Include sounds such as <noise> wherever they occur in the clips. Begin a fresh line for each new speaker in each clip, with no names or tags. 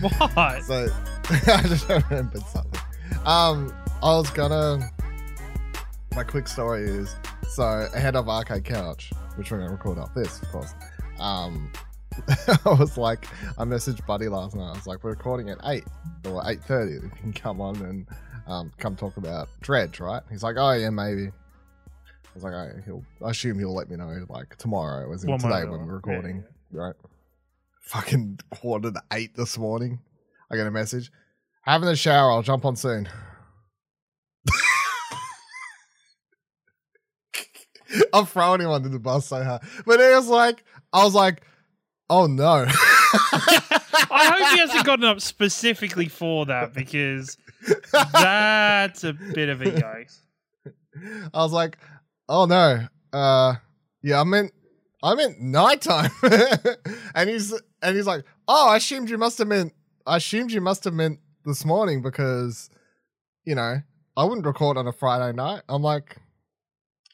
What?
So <laughs> I just remembered something. Um, I was gonna. My quick story is so ahead of Arcade Couch, which we're gonna record off this, of course. Um, <laughs> I was like, I messaged Buddy last night. I was like, we're recording at eight or eight thirty. You can come on and um, come talk about Dredge, right? He's like, oh yeah, maybe. I was like, oh, he'll. I assume he'll let me know like tomorrow, as in
One
today
moment.
when we're
Yeah, yeah,
recording, right? Fucking quarter to eight this morning. I get a message. Having a shower. I'll jump on soon. I'm throwing him under the bus so hard. But it was like, I was like,
<laughs>
oh no.
I hope he hasn't gotten up specifically for that because that's a bit of a yikes.
I was like, oh no. Uh yeah, I meant I meant nighttime. <laughs> and he's and he's like, Oh, I assumed you must have meant I assumed you must have meant this morning because, you know, I wouldn't record on a Friday night. I'm like,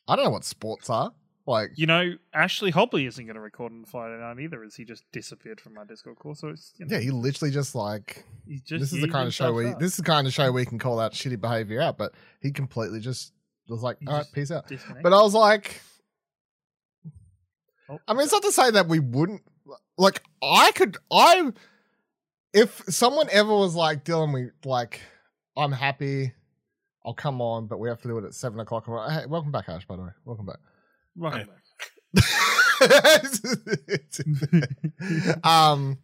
I don't know what sports are. Like
You know, Ashley Hobley isn't going to record on Friday night either, as he just disappeared from our Discord call. So it's you know,
yeah, he literally just like
he's just
this is the
he
kind of show
himself
we
up.
this is the kind of show we can call that shitty behavior out, but he completely just was like,
He
all right,
just
peace out.
Disconnect.
But I was like,
Oh,
I mean, it's not to say that we wouldn't. Like, I could, I, if someone ever was like, Dylan, we like, I'm happy, I'll come on, but we have to do it at seven o'clock. I'm like, Hey, welcome back, Ash. By the way, welcome back. <laughs>
welcome
Yeah.
back.
um,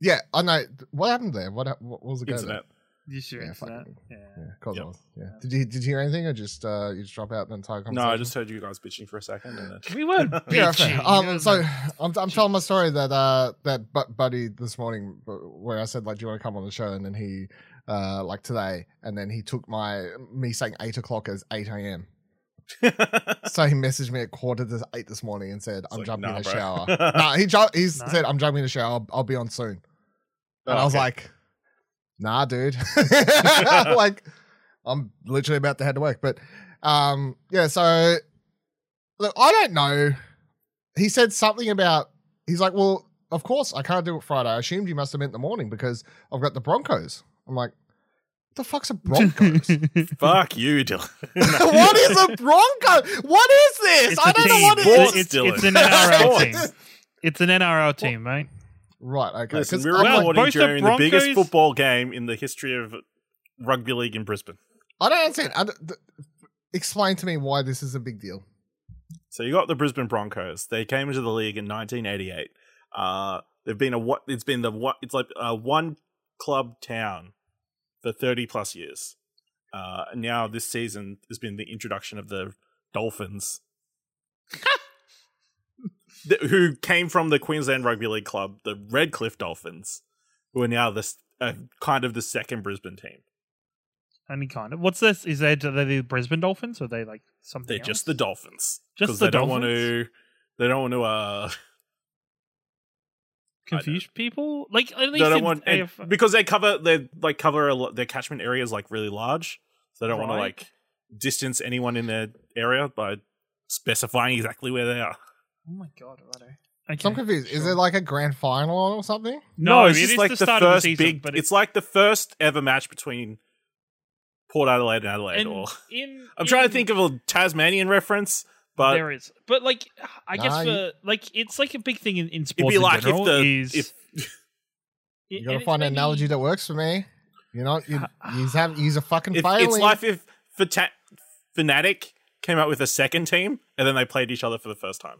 yeah, I know. What happened there? What hap- what was the go there?
Internet.
You sure?
Yeah,
it's that.
fucking-
Yeah.
Yeah, of course it
Yep.
was. Yeah. Did you did you hear anything, or just uh, you just drop out the entire
No,
conversation?
I just heard you guys bitching for a second.
<laughs>
And then...
We
<laughs>
weren't bitching.
Yeah, fair.
It
Um,
was
so
like-
I'm, I'm telling my story that uh that bu- buddy this morning uh, where I said like, do you want to come on the show? And then he uh like today, and then he took my me saying eight o'clock as eight a.m. So he messaged me at quarter to eight this morning and said,
It's
I'm
like,
jumping
nah,
in a
bro. <laughs>
shower. nah, he ju- he's
No.
said I'm jumping in a shower. I'll, I'll be on soon. And
Oh,
I was
okay.
like, nah, dude. <laughs> like, I'm literally about to head to work. But um, yeah, so look, I don't know. He said something about he's like, Well, of course I can't do it Friday. I assumed you must have meant the morning because I've got the Broncos. I'm like, what the fuck's
<laughs>
a Broncos? <laughs>
fuck you, Dylan.
what is a Bronco? What is this?
It's
I
a
don't
team.
know what it
What?
is.
It's, it's,
Dylan.
it's an NRL team.
Sports.
It's an NRL team, mate.
Right, okay.
Listen,
'cause
we were
I'm like-
Well,
recording
both the
during the biggest
Broncos-
football game in the history of rugby league in Brisbane.
I don't understand. I don't- th- explain to me why this is a big deal.
So you got the Brisbane Broncos. They came into the league in 1988. Uh, they've been a what? It's been the what? It's like a one club town for 30 plus years. Uh, and now this season has been the introduction of the
<laughs>
Dolphins, th- who came from the Queensland Rugby League club, the Redcliffe Dolphins, who are now the s- uh, kind of the second Brisbane team.
Any kind of. What's this? Is they, are they the Brisbane Dolphins? Or are they like something?
They're
else?
just the Dolphins.
Just
'Cause
the
they don't want to.
Dolphins?
They don't want to. Uh,
confuse people. Like at
they
least
don't
in
want and-
AFL
because they cover they like cover a lot, their catchment area is like really large, so they don't want to
Right.
like distance anyone in their area by specifying exactly where they are.
Oh my god, righto. Okay.
So I'm confused. Is
sure.
there like a grand final on or something?
no,
it's
it
just
is
like
the
the,
start of the
first
season,
big.
but
it's, like the first ever match between Port Adelaide and Adelaide.
and
or
in,
I'm trying
in-
to think of a Tasmanian reference, but
there is, but like I guess
Nah,
for
you-
like it's like a big thing in, in
it'd
sports.
be
in
like if
general
the
is,
if
You gotta find an analogy that works for me. You know,
<sighs>
you you have you's a fucking
if,
failing.
it's like if Fata- Fnatic came out with a second team and then they played each other for the first time.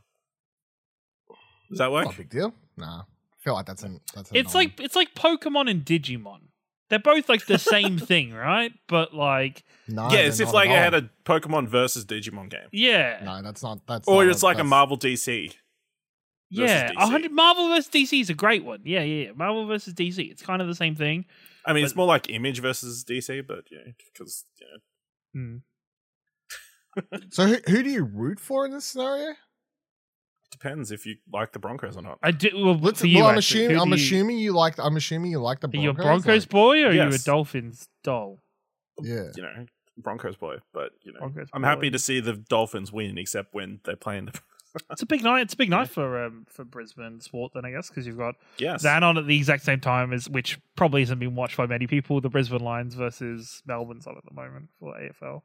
Does that work?
Not a big deal. Nah, I feel like that's an that's. An
It's like it's like Pokemon and Digimon. They're both like the
<laughs>
same thing, right? But like,
no,
yeah,
they're
it's if
not
like I
at
had
all.
a Pokemon versus Digimon game,
yeah,
No, that's not that's.
or
not
it's like a
that's-
Marvel DC. versus
yeah.
DC.
A hundred Marvel versus DC is a great one. Yeah, yeah. yeah. Marvel versus DC. It's kind of the same thing.
I mean, it's
But-
more like Image versus DC, but yeah, because you know,
Hmm.
So who, who do you root for in this scenario?
it depends if you like the Broncos or not.
I do. Well,
Let's,
for you,
well, I'm
actually,
assuming
who
I'm
do you-
assuming you like I'm assuming you like the
Are
Broncos.
you a Broncos
like-
boy or are you a
Yes.
Dolphins doll?
yeah.
You know, Broncos boy, but you know,
Broncos
I'm
boy.
happy to see the <laughs> Dolphins win, except when they play in the.
It's a big night. It's a big night for um, for Brisbane sport then I guess because you've got
Yes.
that on at the exact same time as which probably isn't being watched by many people. The Brisbane Lions versus Melbourne's on at the moment for AFL.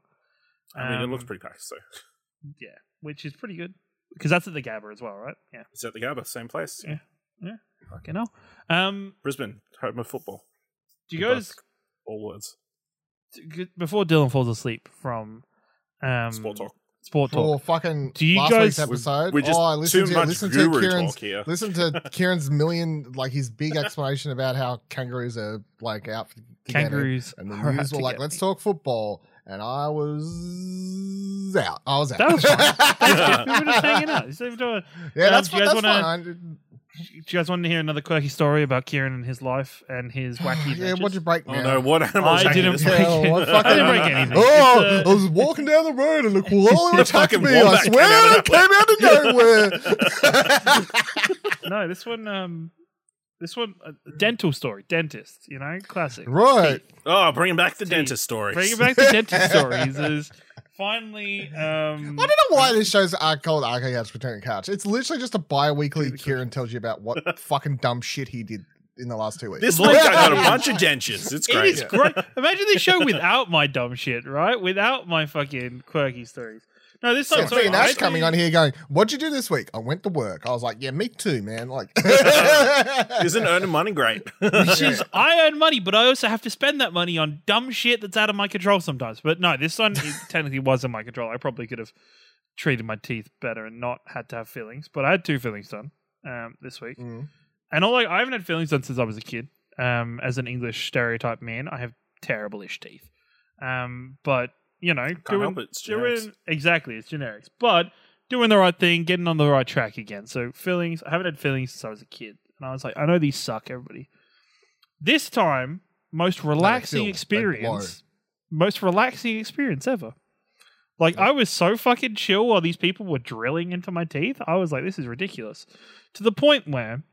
I mean, it looks
Um,
pretty packed. So
Yeah, which is pretty good because that's at the Gabba as well, right? Yeah,
it's at the Gabba, same place.
Yeah. fucking hell. Um,
Brisbane, home of football.
do you
Both
guys
All words.
g- before Dylan falls asleep from um,
Sport talk.
Sport
For
talk.
fucking
Do you
last
guys-
week's episode.
We're just
oh, I listened
too
to
much
listen to
guru
Kieran's
talk here.
listen to Kieran's million like
<laughs>
his big explanation about how kangaroos are like out for to get it.
Kangaroos
and the
are out
news
to
were like,
get
"Let's
me.
talk football," and I was out. I was out.
That was fine.
<laughs>
That's
That's
good. We were just hanging out. So, do
yeah,
Um,
that's,
do
fine.
you guys
that's
wanna-
fine. I did-
you guys want to hear another quirky story about Kieran and his life and
<sighs>
his wacky
yeah,
adventures?
what'd you break?
Oh
now?
no, what animal?
I
taking
didn't
this
break
week?
Yeah, what
I didn't
fucking-
break anything.
Oh,
It's,
I
uh,
was walking down the
<laughs>
road and a koala attacked
fucking
me. I
wombat came
swear it
out of
came out of
<laughs>
nowhere. Oh!
no, this one, um, this one, uh, dental story, dentist, you know, classic.
Right.
Teeth.
Oh, bringing back the
See,
dentist stories.
Bringing back the
<laughs>
dentist stories is finally. Um,
I don't know why this show's are called Arco Couch Pretending Couch. It's literally just a bi weekly
Pretending
Kieran tells you about
<laughs>
what fucking dumb shit he did in the last two weeks.
This week I got a bunch of dentures. It's
It
great.
is great. Imagine this show without my dumb shit, right? Without my fucking quirky stories. No, this time.
<laughs> It's me
Sorry,
and
I
Ash coming
do-
on here going, What'd you do this week? I went to work. I was like, Yeah, me too, man. Like, <laughs>
Isn't earning money great?
<laughs> Because I earn money, but I also have to spend that money on dumb shit that's out of my control sometimes. But no, this one
<laughs>
it technically was in my control. I probably could have treated my teeth better and not had to have fillings. But I had two fillings done um, this week.
Mm.
And although I haven't had fillings done since I was a kid, um, as an English stereotype man, I have terrible-ish teeth. Um, but you know,
Can't
doing
help it. It's generics.
doing exactly it's generics, but doing the right thing, getting on the right track again. So fillings, I haven't had fillings since I was a kid, and I was like, I know these suck, everybody. This time, most relaxing
feel- they
experience, most relaxing experience ever. Like I was so fucking chill while these people were drilling into my teeth. I was like, this is ridiculous, to the point where,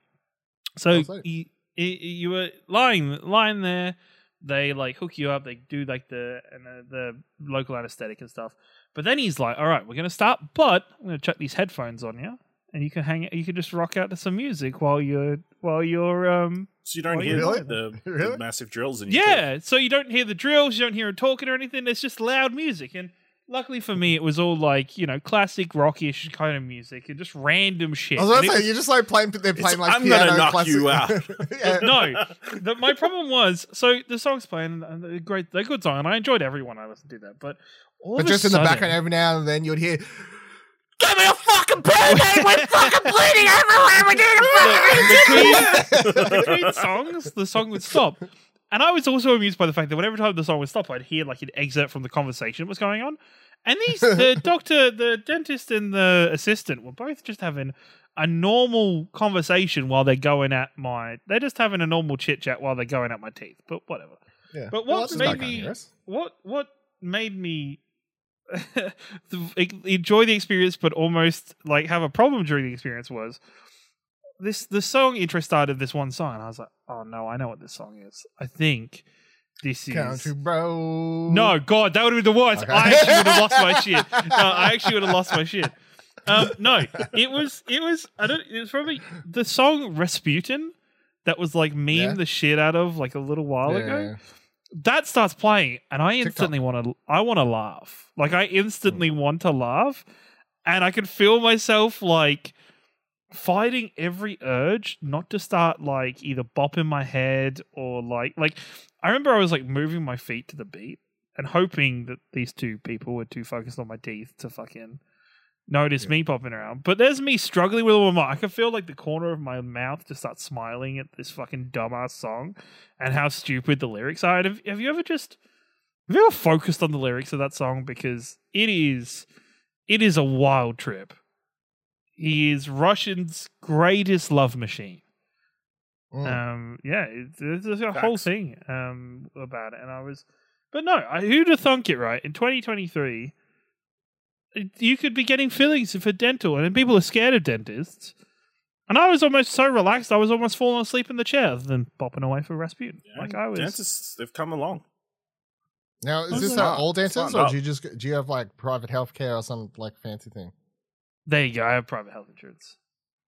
so
Sounds like-
you, you, you were lying lying there. They like hook you up. They do like the and the, the local anesthetic and stuff. But then he's like, "All right, we're gonna start, but I'm gonna chuck these headphones on you, and you can hang. You can just rock out to some music while you're while you're um
So you don't
Well,
hear
really?
the, the
Really?
massive drills in your teeth.
yeah. So you don't hear the drills, you don't hear her talking or anything. It's just loud music, and luckily for me, it was all like you know classic rockish kind of music and just random shit.
I was gonna
And it
say,
was-
you're just like playing, they're playing like
I'm gonna
piano
knock
classic-
you
<laughs>
out. <laughs>
yeah. <laughs>
no, the, my problem was so the song's playing and they're great, they're good song, and I enjoyed everyone I listened to that, but all
But
of a
just in the
sudden-
background,
<laughs>
every now and then you'd hear, "Give me a fucking band-aid, we're fucking bleeding everywhere, we
<laughs>
need <laughs> a fucking
between songs, the song would stop. And I was also amused by the fact that whenever time the song would stop, I'd hear like an excerpt from the conversation that was going on. And these the doctor, the dentist and the assistant were both just having a normal conversation while they're going at my they're just having a normal chit chat while they're going at my teeth. But whatever.
<laughs> Yeah.
But
Well,
what
this is
made
not gonna
me-
hear us.
What what made me <laughs> th- enjoy the experience but almost like have a problem during the experience was this the song intro started this one song and I was like, oh no, I know what this song is. I think this is
Country bro.
<laughs> No, God, that would have been the worst.
Okay.
I actually would have lost my
<laughs>
shit. No, I actually would have lost my shit. Um, no, it was it was I don't it was probably the song Rasputin that was like meme
Yeah.
the shit out of like a little while ago
Yeah.
that starts playing and i
TikTok. Mm.
instantly want to i want to laugh like i instantly want to laugh and i can feel myself like fighting every urge not to start like either bopping my head or like like i remember i was like moving my feet to the beat and hoping that these two people were too focused on my teeth to fucking notice
Yeah.
me popping around but there's me struggling with all my i can feel like the corner of my mouth just start smiling at this fucking dumbass song and how stupid the lyrics are. And have, have you ever just have you ever focused on the lyrics of that song because it is it is a wild trip. He is Russian's greatest love machine.
Mm.
Um, yeah, it- there's there's a whole
Facts.
thing um about it, and I was, but no, I, who'd have thunk it? Right in 2023, it- you could be getting fillings for dental, and people are scared of dentists. And I was almost so relaxed, I was almost falling asleep in the chair, than bopping away for Rasputin.
Yeah,
Like I was,
Dentists, they've come along.
Now, is
Those
this
are
uh,
not-
all
it's
dancers,
not
or do you just do you have like private healthcare or some like fancy thing?
There you go. I have private health insurance.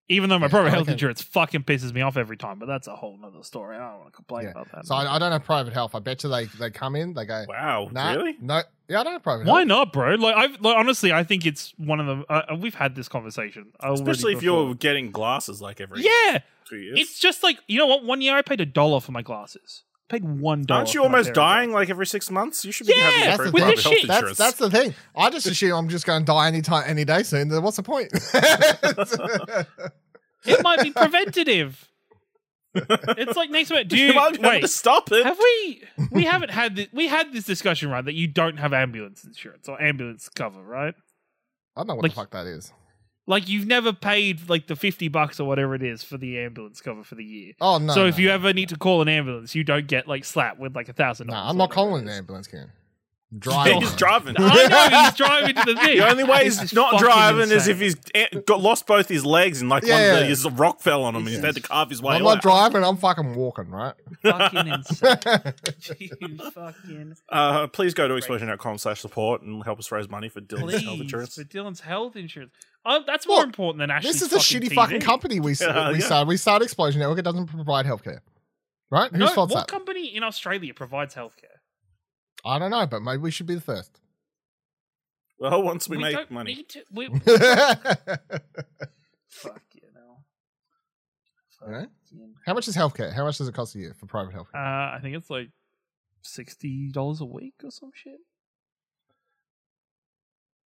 Even though my
Yeah,
private
I
health
reckon-
insurance fucking pisses me off every time, but that's a whole nother story. I don't want to complain
Yeah.
about that.
So I, I don't have private health. I bet you they they come in, they go,
Wow,
nah,
really?
no, yeah, I don't have private
Why
health.
not, bro? Like, I've, like, honestly, I think it's one of the. Uh, we've had this conversation, already
Especially if
before.
you're getting glasses like every
Yeah,
two years.
it's just like you know what. One year I paid a dollar for my glasses. I paid one dollar.
Aren't you
for my
almost
pair of
dying like every six months? You should be
Yeah,
having
that's
the
appropriate
thing.
private
With this
health
shit.
That's
insurance.
that's the thing.
<laughs>
I just assume I'm just going to die any time, any day soon. Then what's the point? <laughs>
glasses. It might be
<laughs>
preventative. it's like next week. Do you,
you might be able
wait?
to stop it.
Have we? We haven't had this. We had this discussion, right? That you don't have ambulance insurance or ambulance cover, right?
I don't know what
Like-
the fuck that is.
Like you've never paid like the fifty bucks or whatever it is for the ambulance cover for the year.
Oh no.
so if
no,
you
no.
ever need to call an ambulance, you don't get like slapped with like a thousand.
no,
dollars
I'm
or
not
whatever <laughs>
calling an
it is.
ambulance. Can
Yeah,
drive.
<laughs>
he's driving.
I know he's driving
<laughs>
to the thing.
The only
<laughs>
way
This
he's
is
not
fucking
driving is
insane.
if he's eh, got lost both his legs and like one
Yeah.
of the, his rock fell on him and he's had to carve his way
I'm
out.
not driving. I'm fucking walking. Right. <laughs>
fucking insane. You fucking
uh, please go to explosion.com slash support and help us raise money for <laughs> Dylan's
please
health insurance.
for Dylan's health insurance. Oh, that's more
Look,
important than actually.
this is a shitty
TV.
fucking company
<laughs>
we
Yeah,
we
yeah.
started. We started Explosion Network. It doesn't provide healthcare. Right?
No,
Whose fault's
what
that?
company in Australia provides healthcare?
I don't know, but maybe we should be
<laughs>
the first.
Well, once we,
don't
make money.
Need to, we, <laughs> fuck you know.
Alright.
Fucking-
How much is healthcare? How much does it cost a year for private healthcare?
Uh, I think it's like sixty dollars a week or some shit.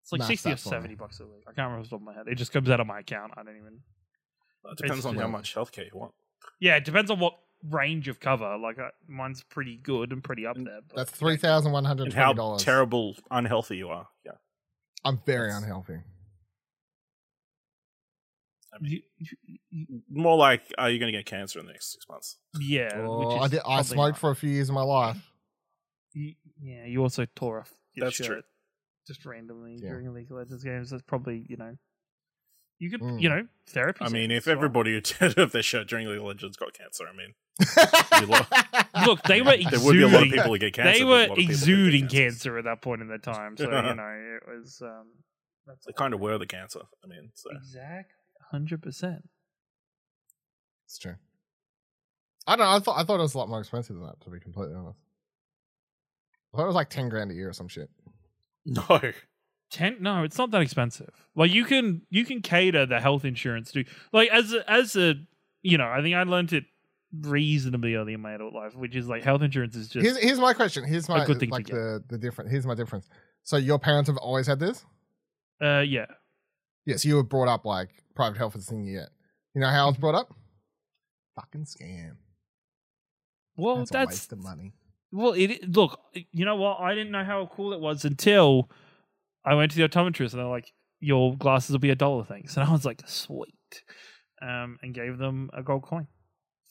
It's like
Math
sixty or
that for me.
seventy bucks a week. I can't remember off the top of my head. It just comes out of my account. I don't even.
It depends
It's-
on how
yeah.
much healthcare you want.
Yeah, it depends on what range of cover. Like I, mine's pretty good and pretty up there. But
Mm, That's three thousand one hundred
And how
twenty dollars.
terrible, unhealthy you are. Yeah.
I'm very
That's-
unhealthy.
You- you- you-
More like, are you going to get cancer in the next six months?
<laughs> yeah,
Oh,
which
I
is
did. I
probably
smoked
not-
for a few years of my
<laughs>
life.
you, yeah, you also tore off. Your
That's
shirt
true.
Just randomly
Yeah.
during League of Legends games. That's probably you know. You could,
Mm.
you know, therapy.
I mean,
sessions
if
as well.
everybody who teared off their shirt during League of Legends got cancer, I mean,
Look,
<laughs>
they were
there would be a lot of
Exuding.
people who get cancer.
they
but a
were
lot of people who get
exuding
cancers.
cancer at that point in their time, so
<laughs>
you know it was. Um, that's
They kind of were the cancer. I mean,
<laughs>
so.
exact hundred percent.
It's true. I don't know. I thought I thought it was a lot more expensive than that. To be completely honest, I thought it was like ten grand a year or some shit.
no.
Ten? No, it's not that expensive. Like you can you can cater the health insurance to like as a, as a you know I think I learned it reasonably early in my adult life, which is like health insurance is just
Here's here's my question. Here's my
good thing to
like
get.
the the different. Here's my difference. So your parents have always had this.
uh yeah
Yes, you were brought up like private health is a thing yet. You know
Mm-hmm.
how I was brought up? Fucking scam.
well
that's,
that's,
a waste of money.
well it look you know what I didn't know how cool it was until I went to the optometrist and they're like your glasses will be a dollar thanks and I was like sweet um and gave them a gold coin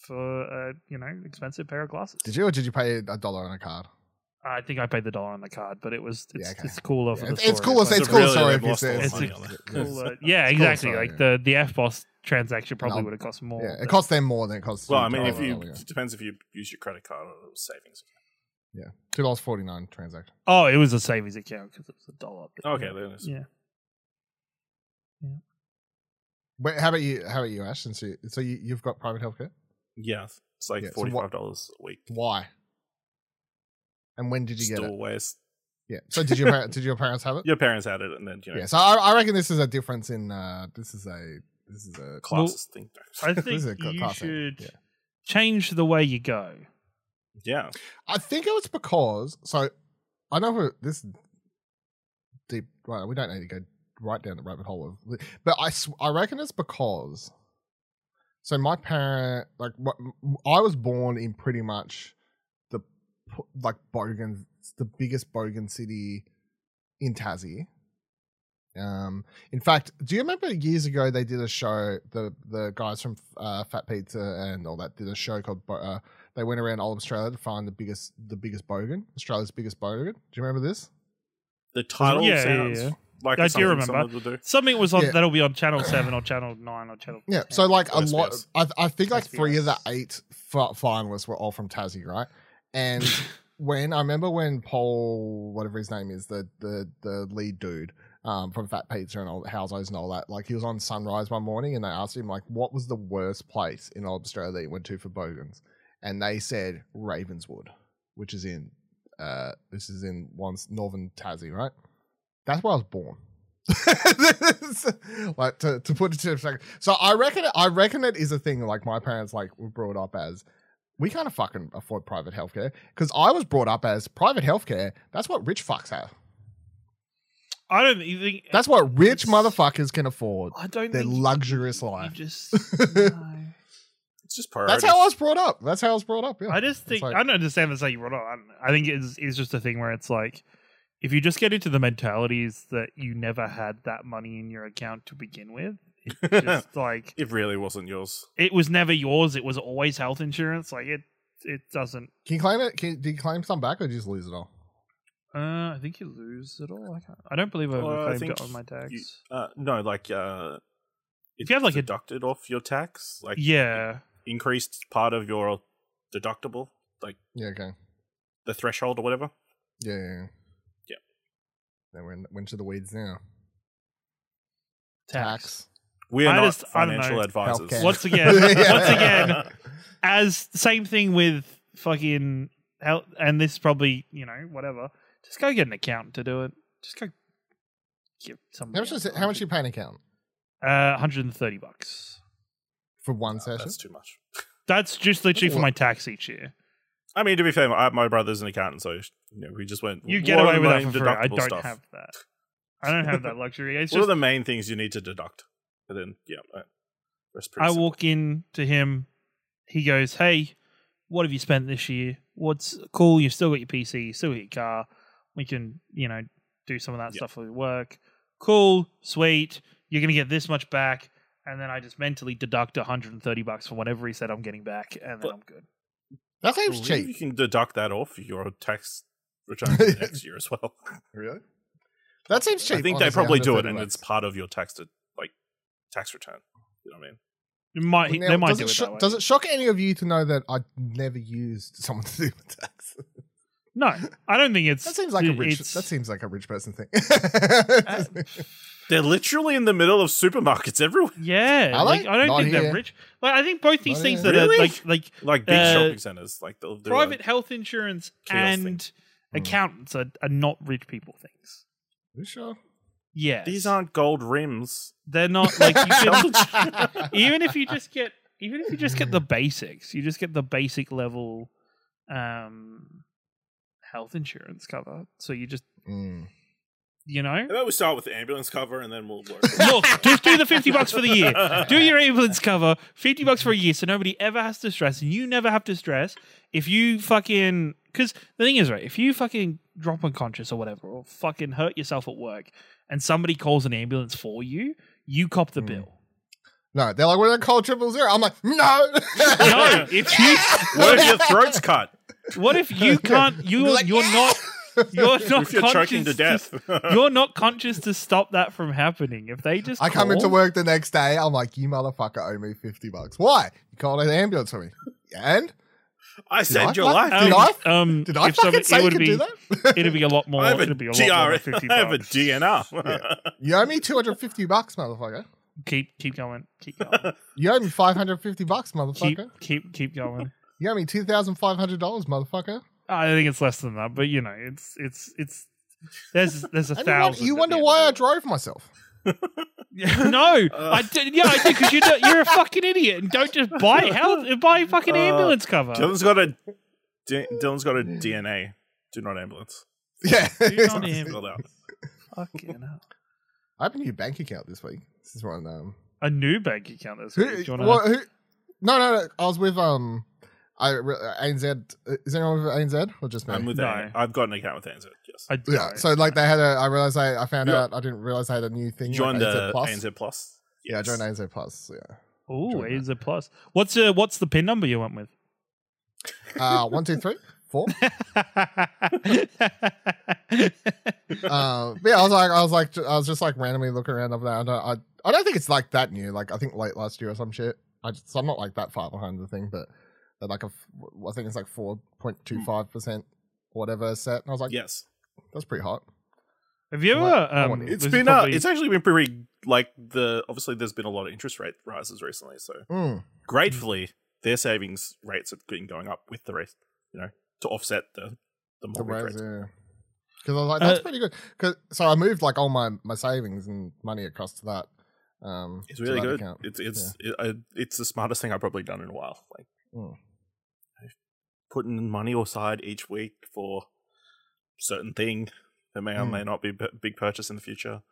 for uh you know expensive pair of glasses
Did you or did you pay a dollar on a card?
I think I paid the dollar on the card but it was it's,
Yeah, okay.
it's cooler for
Yeah,
the
it's, it's
story,
cool.
like-
It's, it's
So
cool.
really
sorry,
they've
if you
lost a
say
lot of
It's
it's
money
a
on it.
cool, uh, yeah,
<laughs> It's cool,
exactly.
sorry,
like
yeah.
the the F boss transaction probably
No.
would have cost more.
Yeah,
but-
it costs them more than it costs.
Well,
you
I mean, if
dollar
you
earlier.
it depends if you use your credit card or savings.
two dollars forty nine transaction.
oh, it was a savings account because it was a dollar. but-
Okay, then it's-
yeah.
Wait, how about you? How about you, Ash? Since you, so you, you've got private healthcare.
Yeah, it's like
Yeah, so
forty
what-
five dollars a week.
Why? And when did you
Still
get it?
waste.
Yeah. So did your par- did your parents have
<laughs>
it?
Your parents had it, and then you know
Yeah. So I, I reckon this is a difference in uh, this is a this is a
classes thing.
I
<laughs> This
think
is a cl-
you
class thing,
should
yeah.
change the way you go.
yeah,
I think it was because so I know who this deep. Right, we don't need to go right down the rabbit hole of, but I sw- I reckon it's because. So my parent, like, what, I was born in pretty much the p- like Bogan, the biggest Bogan city in Tassie. Um, in fact, do you remember years ago they did a show? The the guys from uh, Fat Pizza and all that did a show called Bo- uh, they went around all of Australia to find the biggest the biggest bogan, Australia's biggest bogan. Do you remember this?
the title
Yeah, yeah,
sounds
yeah.
like
I
it's
do
something
remember.
someone would do.
Something was on
Yeah.
that'll be on channel
<clears throat>
seven or channel nine or channel.
Yeah.
10.
So like a
Yes,
lot,
yes.
I, I think like
Yes,
three of the
yes.
eight fi- finalists were all from Tassie, right? And when I remember when Paul, whatever his name is, the the the lead dude, um, from Fat Pizza and all Houseos and all that. Like he was on Sunrise one morning and they asked him like what was the worst place in all of Australia that he went to for Bogans? And they said Ravenswood, which is in uh this is in one's northern Tassie, right? That's where I was born. <laughs> like to, to put it to perspective. So I reckon I reckon it is a thing like my parents like were brought up as we can't fucking afford private healthcare because I was brought up as private healthcare. That's what rich fucks have.
I don't even think
That's what rich
It's-
motherfuckers can afford.
I don't
Their
think you-
luxurious
you
life.
just.
<laughs>
no.
It's just priorities.
That's how I was brought up. That's how I was brought up. Yeah.
I just think
like-
I don't understand this how you brought it on. I think it's it's just a thing where it's like if you just get into the mentalities that you never had that money in your account to begin
<laughs>
with, it's just like
<laughs> it really wasn't yours.
it was never yours. It was always health insurance. Like it it doesn't.
can you claim it? Can, do you claim some back or do you just lose it all?
Uh, I think you lose it all. I, can't, I don't believe I ever
Well, I
claimed
think
it on my tax.
you- Uh, no, like uh,
If you have, like, a-
deducted off your tax, like
yeah,
increased part of your deductible, like
Yeah, okay.
the threshold or whatever.
Yeah, yeah, yeah.
Yep.
Then we're in, went to the weeds now.
tax.
We are
I
not
just- I don't know.
financial advisors.
Healthcare.
Once again,
Yeah. <laughs>
once again, as same thing with fucking hell, and this is probably you know whatever. Just go get an accountant to do it. Just go give somebody.
How much is it, how much you pay an account
Uh, 130 bucks.
for one
Uh,
session?
that's too much.
That's just literally for
What?
my tax each year. I
I mean, to be fair, my, my brother's an accountant, so you know, we just went.
You get
what
away
are the
with that
main
for free. I
deductible
don't
stuff?
have that. I don't have that luxury. It's
<laughs> what are
just
the main things you need to deduct? And then, yeah, uh, that's pretty
I
simple.
walk in to him. He goes, "Hey, what have you spent this year? What's cool? You've still got your PC, you still got your car. We can, you know, do some of that
Yeah.
stuff with work. Cool, sweet. You're gonna get this much back." And then I just mentally deduct 130 bucks for whatever he said I'm getting back, and then
But-
I'm good.
that
I
seems
believe You
cheap.
can deduct that off your tax return for next year
<laughs>
as well.
Really? That seems cheap.
I think
honestly,
they probably do it,
130
and
bucks.
it's part of your tax to, like tax return. You know what I mean?
It might,
Well, now,
they might
does
do it
sho-
that way.
Does it shock any of you to know that I never used <laughs> someone to do my taxes?
No, I don't think it's.
<laughs> That seems like a
it-
rich.
it's-
That seems like a rich person thing.
Uh,
They're literally in the middle of supermarkets everywhere, <laughs>
yeah,
Are
like
they?
I don't
Not
think they're
here.
rich. Like I think both these
Not
things
here.
that
Really?
are like like
like big
Uh,
shopping centers, like they'll do a-
private health insurance
Chaos thing.
and
Mm.
accountants are, are not rich people things.
<laughs> you sure?
Yeah,
These aren't gold rims.
<laughs> They're not like you can, <laughs> even if you just get even if you just get the basics, you just get the basic level um health insurance cover. So you just
Mm.
you
<laughs>
know.
How about we start with the ambulance cover, and then we'll
<laughs>
work.
Look, just do the fifty bucks for the year.
<laughs>
Do your ambulance cover, fifty bucks for a year, so nobody ever has to stress, and you never have to stress if you fucking. Because the thing is, right? If you fucking drop unconscious or whatever, or fucking hurt yourself at work, and somebody calls an ambulance for you, you cop the
Mm.
bill.
No, they're like we're gonna call triple zero. I'm like
<laughs>
no.
No, if you
what if your throat's cut?
<laughs> what if
<laughs>
you can't you
They're like,
you're
"Yeah."
not you're not
if you're
conscious
choking to death, <laughs>
you're not conscious to stop that from happening. If they just
<laughs> I come into
call-
work the next day. I'm like, you motherfucker owe me fifty bucks. Why? You called an ambulance for me. And
I saved
Did I
your
fuck-
life.
Did
um,
I-
um,
did I
if some-
fucking say
it
you
would
could
be
do
<laughs>
that?
it'd be a lot more.
I have a
it'd be a lot more than
GR
fifty
<laughs> I have a
bucks.
DNR.
<laughs> you owe me two hundred fifty bucks, motherfucker.
keep keep going. Keep going.
You owe me five hundred fifty bucks, motherfucker.
keep keep keep going.
You owe me two thousand five hundred dollars, motherfucker.
I think it's less than that, but you know, it's it's it's there's there's a
And you, won-
thousand.
you
at
wonder
the end.
why I drove myself. <laughs>
<laughs>
no,
Uh.
I did. Yeah, I did because you're not- you're a fucking idiot and don't just
<laughs>
buy health buy fucking
Uh,
ambulance cover.
<laughs> Dylan's got a D- Dylan's got a
Hmm.
DNA. Do not ambulance.
Yeah.
You're <laughs> not an
Spelled out.
Fucking hell.
<laughs> I have a new bank account this week. This is one. Um,
A new bank account. That's
who,
Do you wanna-
what, who, no, no, no. I was with um, I re- uh, ANZ. Is anyone with ANZ or just me?
I'm with
No.
ANZ. I've got an account with ANZ. Yes.
I
yeah.
don't.
So like they had a. I realized I, I found
Yeah.
out. I didn't realize they had a new thing. like
Join the
Plus.
ANZ Plus.
Yeah, I
Yes.
joined ANZ Plus. Yeah.
Ooh,
Join that.
is a plus. What's uh, what's the pin number you went <laughs> with?
Uh, one, two, three, four. um, but yeah, I was like, I was like, I was just like randomly looking around over there. I don't, I, I don't think it's like that new. Like I think late last year or some shit. I just, so I'm not like that far behind the thing, but they're like a, f- I think it's like four point two five percent, whatever set. And I was like,
Yes.
that's pretty hot.
Have you ever?
Like, I
um,
want it.
this
It's
is
been uh,
probably-
it's actually been pretty like the obviously there's been a lot of interest rate rises recently, so
Mm.
gratefully their savings rates have been going up with the rest, you know, to offset the
The
the mortgage
raise,
rates.
yeah. Because I was like, that's
Uh,
pretty good. 'Cause- so I moved like all my my savings and money across to that. Um,
It's
to
really
that
good.
account.
It's it's it, I, it's the smartest thing I've probably done in a while. Like
Mm.
putting money aside each week for certain thing that may or
Mm.
may not be a big purchase in the future.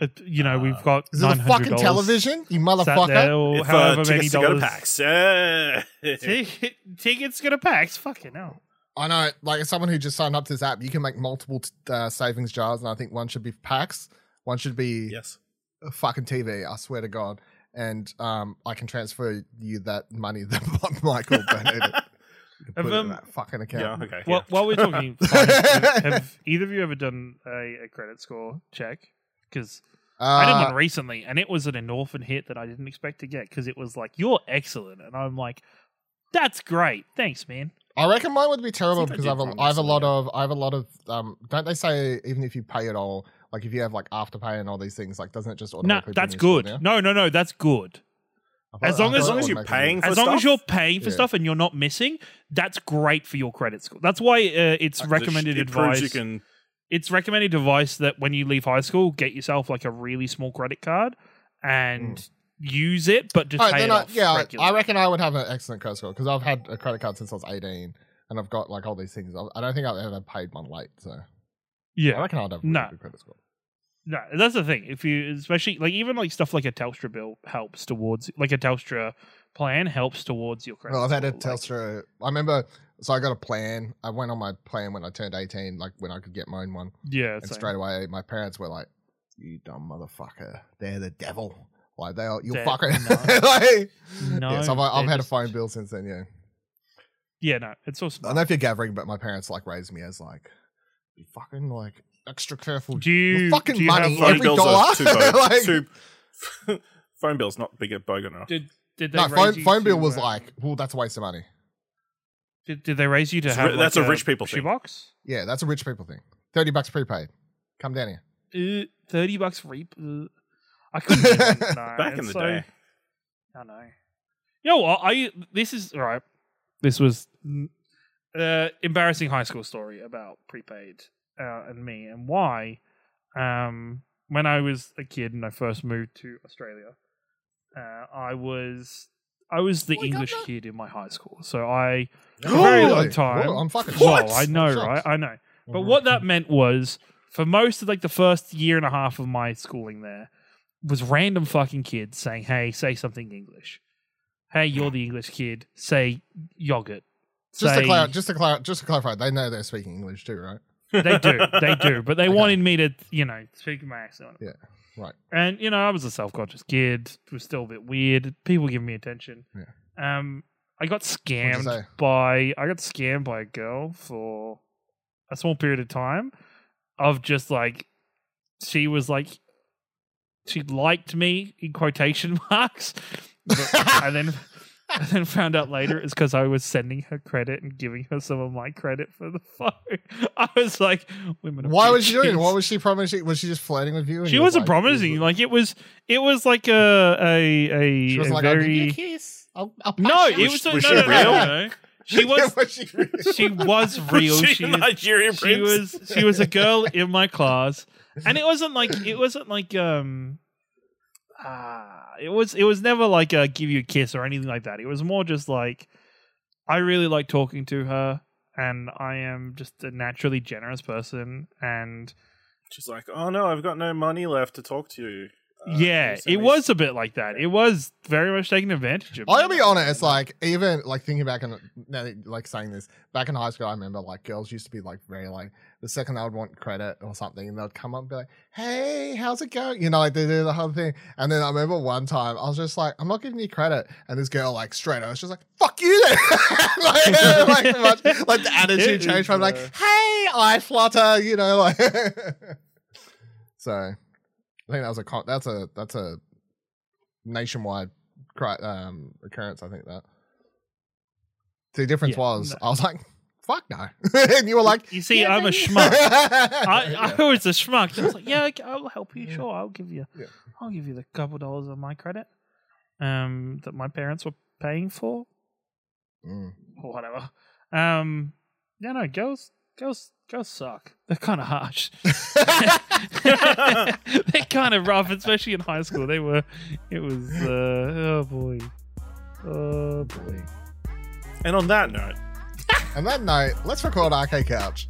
uh, you know,
uh,
we've got
Is it a
$900
fucking television? You
Sat there,
motherfucker!
or
If, uh,
however many
tickets to go to
dollars.
PAX. Yeah. <laughs>
Tick- tickets go to PAX. Fucking hell.
I know, like as someone who just signed up to this app, you can make multiple t- uh, savings jars, and I think one should be packs, one should be
yes.
a fucking TV. I swear to God. And um, I can transfer you that money <laughs> that Michael donated. You can Put it in
um,
that fucking
Yeah.
account.
Okay.
Well,
yeah.
while we're
<laughs>
talking, finance, have, have either of you ever done a, a credit score check? Because I did
Uh,
one recently, and it was an endorphin hit that I didn't expect to get because it was like, "You're excellent," and I'm like, "That's great, thanks, man."
I reckon mine would be terrible
think I
because
did
I've a,
find
I've a lot
something,
of I have a lot of um. Don't they say even if you pay it all, like if you have like afterpay and all these things, like doesn't it just
No,
automatically?
that's
bring your score
good.
down?
No, no, no, that's good.
I thought-
As long
I
as-
thought
as long
it
as you're
automatically
paying
did.
For
as long as
stuff?
you're paying for
Yeah.
stuff and you're not missing, that's great for your credit score. That's why uh, it's
Uh,
recommended
it
advice.
proves you can.
it's recommended advice that when you leave high school, get yourself like a really small credit card and use it, but just
All right,
pay
then
it
I,
off
yeah, I- I
regularly.
reckon I would have an excellent credit score because I've had a credit card since I was eighteen, and I've got like all these things. I- I don't think I've ever paid one late, so I
yeah,
reckon I'd have a really
No.
good credit score.
no, that's the thing. If you, especially like even like stuff like a Telstra bill helps towards like a Telstra plan helps towards your credit.
Well, I've had a
score, like-
Telstra. I remember, so I got a plan. I went on my plan when I turned eighteen, like when I could get my own one.
yeah,
and
same.
straight away, my parents were like, "You dumb motherfucker! They're the devil. Like they are. You're
They're
fucking."
not.
<laughs> like,
No,
yeah, so I've, I've
they're
had a
just-
phone bill since then. Yeah,
Yeah, no, it's all
I don't
smart.
know if you're gathering, but my parents like raised me as like, be fucking like extra careful.
Do you
Your fucking
do you
money
Have,
Phone
like,
every-
bills
dollar?
are two. Bo-
<laughs> Like-
two <laughs> phone bills not big a bogan enough.
did did they
No,
raise
phone,
you
phone bill
to,
was
uh,
like, well, that's a waste of money.
Did, did they raise you to
It's
have?
ri- that's
like,
a rich people thing.
shoebox.
Yeah, that's a rich people thing. Thirty bucks prepaid. Come down here.
Uh, Thirty bucks reap. Uh, I couldn't.
<laughs>
even, no,
Back in
and
the
so-
day,
<gasps>
I know. You know what? I this is all right. This was mm, uh, embarrassing high school story about prepaid uh, and me and why. Um, when I was a kid and I first moved to Australia, uh, I was I was the
Oh my God,
English
no.
kid in my high school, so
<gasps>
I for a very long time.
Whoa, I'm fucking.
Whoa,
shocked.
I know,
I'm shocked.
right? I know. But
Mm-hmm.
what that meant was, for most of like the first year and a half of my schooling there, was random fucking kids saying, "Hey, say something English. Hey, you're the English kid. Say yogurt."
Just
say,
to clarify, just to clarify, just to clarify, they know they're speaking English too, right?
<laughs> they do, they
<laughs>
do. But they
Okay.
wanted me to, you know, speak my accent.
Yeah, right.
And you know, I was a self-conscious kid. It was still a bit weird. People giving me attention. Yeah. Um, I got
What'd you
scammed
say?
by I got scammed by a girl for a small period of time of just like she was like she liked me in quotation <laughs> marks but- and then and then found out later it's because I was sending her credit and giving her some of my credit for the <laughs> phone. I was like, women. Are
Why was she doing? it?
bitches.
What was she promising? Was she just flirting with you? and
she
you was
wasn't
like-
promising. Like it was, it was like a a a,
She was
a
like, "I'll give you a
very
kiss. I'll, I'll pat
no.
you."
It was,
Was-
no,
was
no,
she
no, no,
real?
no.
<laughs>
She was
was she really-
she
<laughs>
was real.
she,
She
a
was-
Nigerian
she
prince?
was she was a girl in my class and it wasn't like it wasn't like um ah it was it was never like a give you a kiss or anything like that it was more just like i really like talking to her and i am just a naturally generous person and
She's like, oh no, I've got no money left to talk to you. Uh,
yeah
please send
it
me
was a bit like that it was very much taking advantage of me.
I'll be honest. Like even like thinking back and now that- like saying this back in high school, I remember like girls used to be like very like the second they would want credit or something, and they'd come up and be like, "Hey, how's it going?" You know, like they do the whole thing. And then I remember one time I was just like, "I'm not giving you credit," and this girl like straight up was just like, "Fuck you!" Then. <laughs> like, like, the much, like the
It
attitude changed
is,
from like,
uh,
"Hey, I flutter," you know, like. <laughs> so, I think that was a con- that's a that's a nationwide cri- um, occurrence. I think that the difference
Yeah,
was
no.
I was like, fuck no. <laughs> and you were like,
You see,
"Yeah,
I'm a <laughs>
maybe." <laughs>
schmuck.
Yeah. Mm-hmm.
I, I was a schmuck. I was like, yeah, okay, I'll help you. Sure, I'll give you.
Yeah.
I'll give you the couple dollars of my credit, um, that my parents were paying for
Mm.
or whatever. Um, yeah, no, girls, girls, girls suck. They're kind of harsh. <laughs> They're kind of rough, especially in high school. They were. It was. Uh, oh boy. Oh boy.
And on that note,
And that night, let's record Arcade Couch.